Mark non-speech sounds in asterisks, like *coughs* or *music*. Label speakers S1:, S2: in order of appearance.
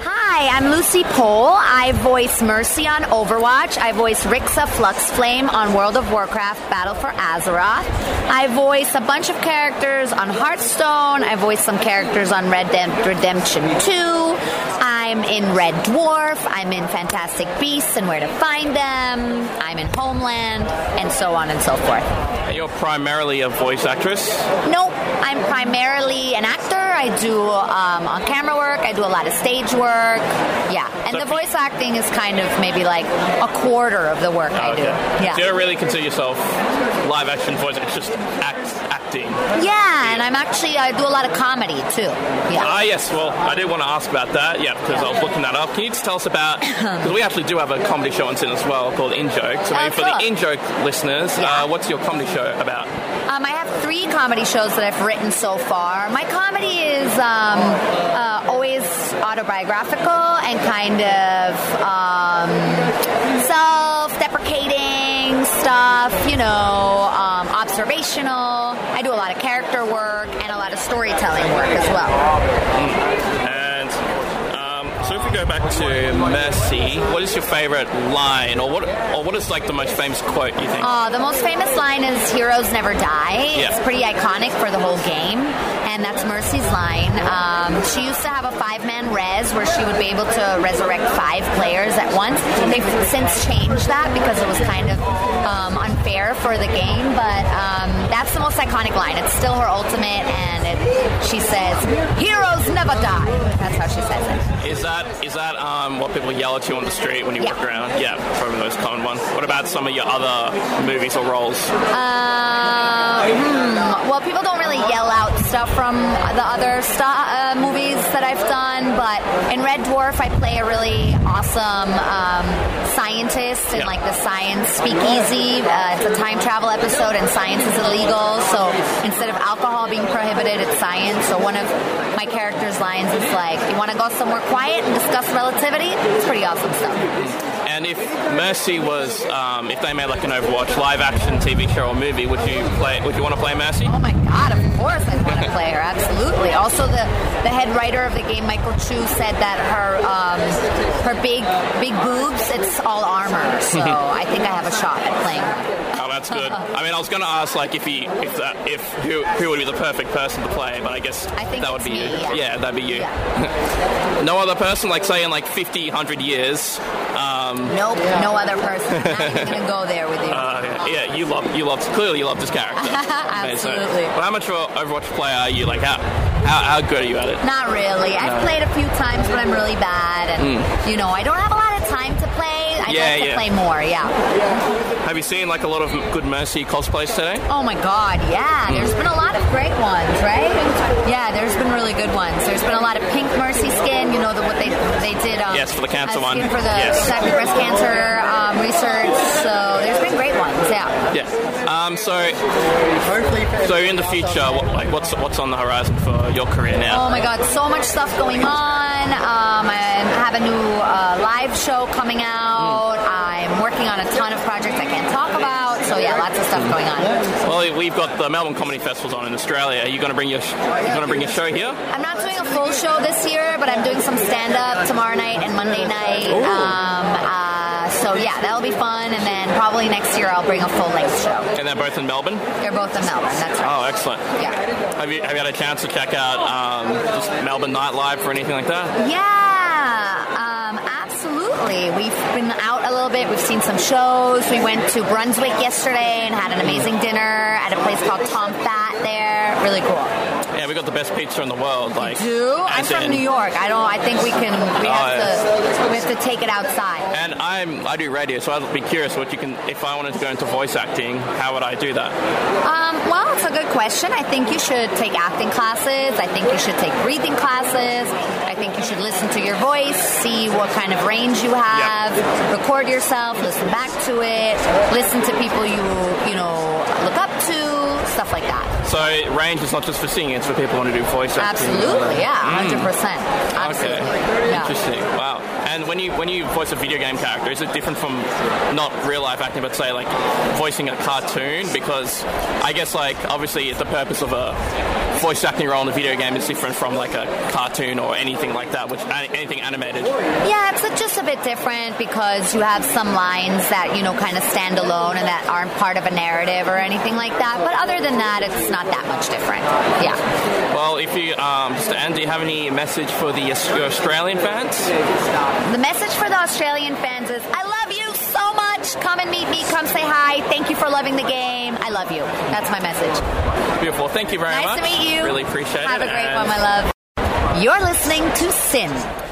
S1: Hi, I'm Lucy Pole. I voice Mercy on Overwatch. I voice Rixa Fluxflame on World of Warcraft Battle for Azeroth. I voice a bunch of characters on Hearthstone. I voice some characters on Red Dead Redemption 2. I'm in Red Dwarf. I'm in Fantastic Beasts and Where to Find Them. I'm in Homeland, and so on and so forth.
S2: And Uh, you're primarily a voice actress?
S1: Nope, I'm primarily an actor. I do um, on camera work, I do a lot of stage work. Yeah, and
S2: So
S1: the
S2: if you-
S1: voice acting is kind of maybe like a quarter of the work
S2: Oh,
S1: I do. Yeah.
S2: So you don't really consider yourself live action voice, it's just act, acting.
S1: Yeah, and I'm actually, I do a lot of comedy too. Yeah.
S2: Ah, yes, well, I did want to ask about that, yeah, because I was looking that up. Can you just tell
S1: *coughs*
S2: us about, because we actually do have a comedy show on Sin as well called In Joke. So
S1: Oh,
S2: maybe for the
S1: cool.
S2: In Joke listeners, uh, what's your comedy show about?
S1: Um, I have three comedy shows that I've written so far. My comedy is um, uh, always autobiographical and kind of um, self deprecating stuff, you know, um, observational. I do a lot of character work and a lot of storytelling work as well.
S2: And um, so if we go back to Mercy, what is your favorite line, or what, or what is like the most famous quote you think?
S1: Uh, the most famous line is "Heroes never die." It's
S2: Yeah.
S1: pretty iconic for the whole game, and that's Mercy's line. Um, she used to have a five-man res where she would be able to resurrect five players at once. They've since changed that because it was kind of um, unfair for the game, but um, that's the most iconic line. It's still her ultimate, and it, she says, "Heroes never die." That's how she says it.
S2: Is that is that um, what people yell at you on the street when you
S1: Yeah.
S2: walk around? Yeah, probably the most common one. What about some of your other movies or roles?
S1: Uh, hmm. Well, people don't really yell out stuff from the other sta uh, movies that I've done, but in Red Dwarf, I play a really awesome um, scientist in
S2: Yeah.
S1: like the science speakeasy. Uh, it's a time travel episode, and science is illegal, so instead of alcohol being prohibited, it's science. So one of my character's lines is like, "You want to go somewhere quiet and discuss relativity?" It's pretty awesome stuff.
S2: And if Mercy was, um, if they made like an Overwatch live action TV show or movie, would you play? Would you want to play Mercy?
S1: Oh my god, of course I want to play her, absolutely. Also, the, the head writer of the game, Michael Chu, said that her um, her big big boobs, it's all armor.
S2: *laughs*
S1: So I think I have a shot at playing her.
S2: Oh, that's
S1: *laughs*
S2: good. I mean, I was going to ask like if he, if that, if who, who would be the perfect person to play, but I guess
S1: I think
S2: that would
S1: it's
S2: be
S1: me,
S2: you.
S1: yeah.
S2: that'd be you.
S1: Yeah.
S2: *laughs* No other person, like say in like 50, 100
S1: *laughs*
S2: years. Um,
S1: Nope, no other person. I'm not even gonna go there with you.
S2: *laughs* uh, yeah, you love, you love, clearly you love this character. Amazing.
S1: *laughs* Absolutely.
S2: Well, how much of an Overwatch player are you? Like how, how, how good are you at it?
S1: Not really. I've played a few times, but I'm really bad, and you know I don't have a lot of time to play. I'd
S2: Hmm. Yeah,
S1: like to
S2: yeah.
S1: play more. Yeah.
S2: Have you seen like a lot of good Mercy cosplays today?
S1: Oh my God, yeah. There's been a lot of great ones, right? Yeah, there's been really good ones. There's been a lot of pink mercy skin. You know the, what they they did. Um,
S2: Yes, for the cancer
S1: uh,
S2: one.
S1: skin For the
S2: Yes.
S1: exactly, breast cancer um, research. So there's been great ones. Yeah.
S2: Yeah. Um, so, so in the future, what, like what's what's on the horizon for your career
S1: Oh
S2: now?
S1: my God, so much stuff going on. Um, I have a new uh, live show coming out.
S2: Mm.
S1: I'm working on a ton of projects I can't talk about. So yeah, lots of stuff going on.
S2: Well, we've got the Melbourne Comedy Festival's on in Australia. Are you going to bring your sh- you going to bring your show here?
S1: I'm not doing a full show this year, but I'm doing some stand up tomorrow night and Monday night.
S2: Oh.
S1: Um, uh, so yeah, that'll be fun. And then probably next year I'll bring a full length show.
S2: And they're both in Melbourne.
S1: They're both in Melbourne. That's right.
S2: Oh, excellent.
S1: Yeah.
S2: Have you, have you had a chance to check out um, just Melbourne nightlife or anything like that?
S1: Yeah, um, absolutely. We've been out a little bit. We've seen some shows. We went to Brunswick yesterday and had an amazing dinner at a place called Tom Fat there. Really cool.
S2: Yeah, we got the best pizza in the world. Like,
S1: Do I'm
S2: as
S1: from
S2: in-
S1: New York. I don't. I think we can. We
S2: Oh,
S1: have
S2: yeah.
S1: to. We have to take it outside.
S2: And I'm I do radio, so I'd be curious what you can if I wanted to go into voice acting, how would I do that?
S1: Um, well, it's a good question. I think you should take acting classes. I think you should take breathing classes. I think you should listen to your voice, see what kind of range you have, record yourself, listen back to it, listen to people you you know look up to, stuff like that.
S2: So range is not just for singing; it's for people who want to do voice acting.
S1: Absolutely, yeah, hundred percent.
S2: Mm. Okay.
S1: Absolutely, yeah.
S2: Interesting. Wow. And when you when you voice a video game character, is it different from not real life acting, but say like voicing a cartoon? Because I guess like obviously the purpose of a voice acting role in a video game is different from like a cartoon or anything like that, which anything animated.
S1: Yeah, it's just a bit different because you have some lines that you know kind of stand alone and that aren't part of a narrative or anything like that. But other than that, it's not that much different. Yeah.
S2: Well, if you um, just to end, do you have any message for the Aus- Australian fans?
S1: The message for the Australian fans is I love you so much. Come and meet me. Come say hi. Thank you for loving the game. I love you. That's my message.
S2: Beautiful. Thank you very
S1: Nice
S2: much.
S1: to meet you.
S2: Really appreciate
S1: Have
S2: it.
S1: a great one,
S2: and-
S1: my love. You're listening to Sin,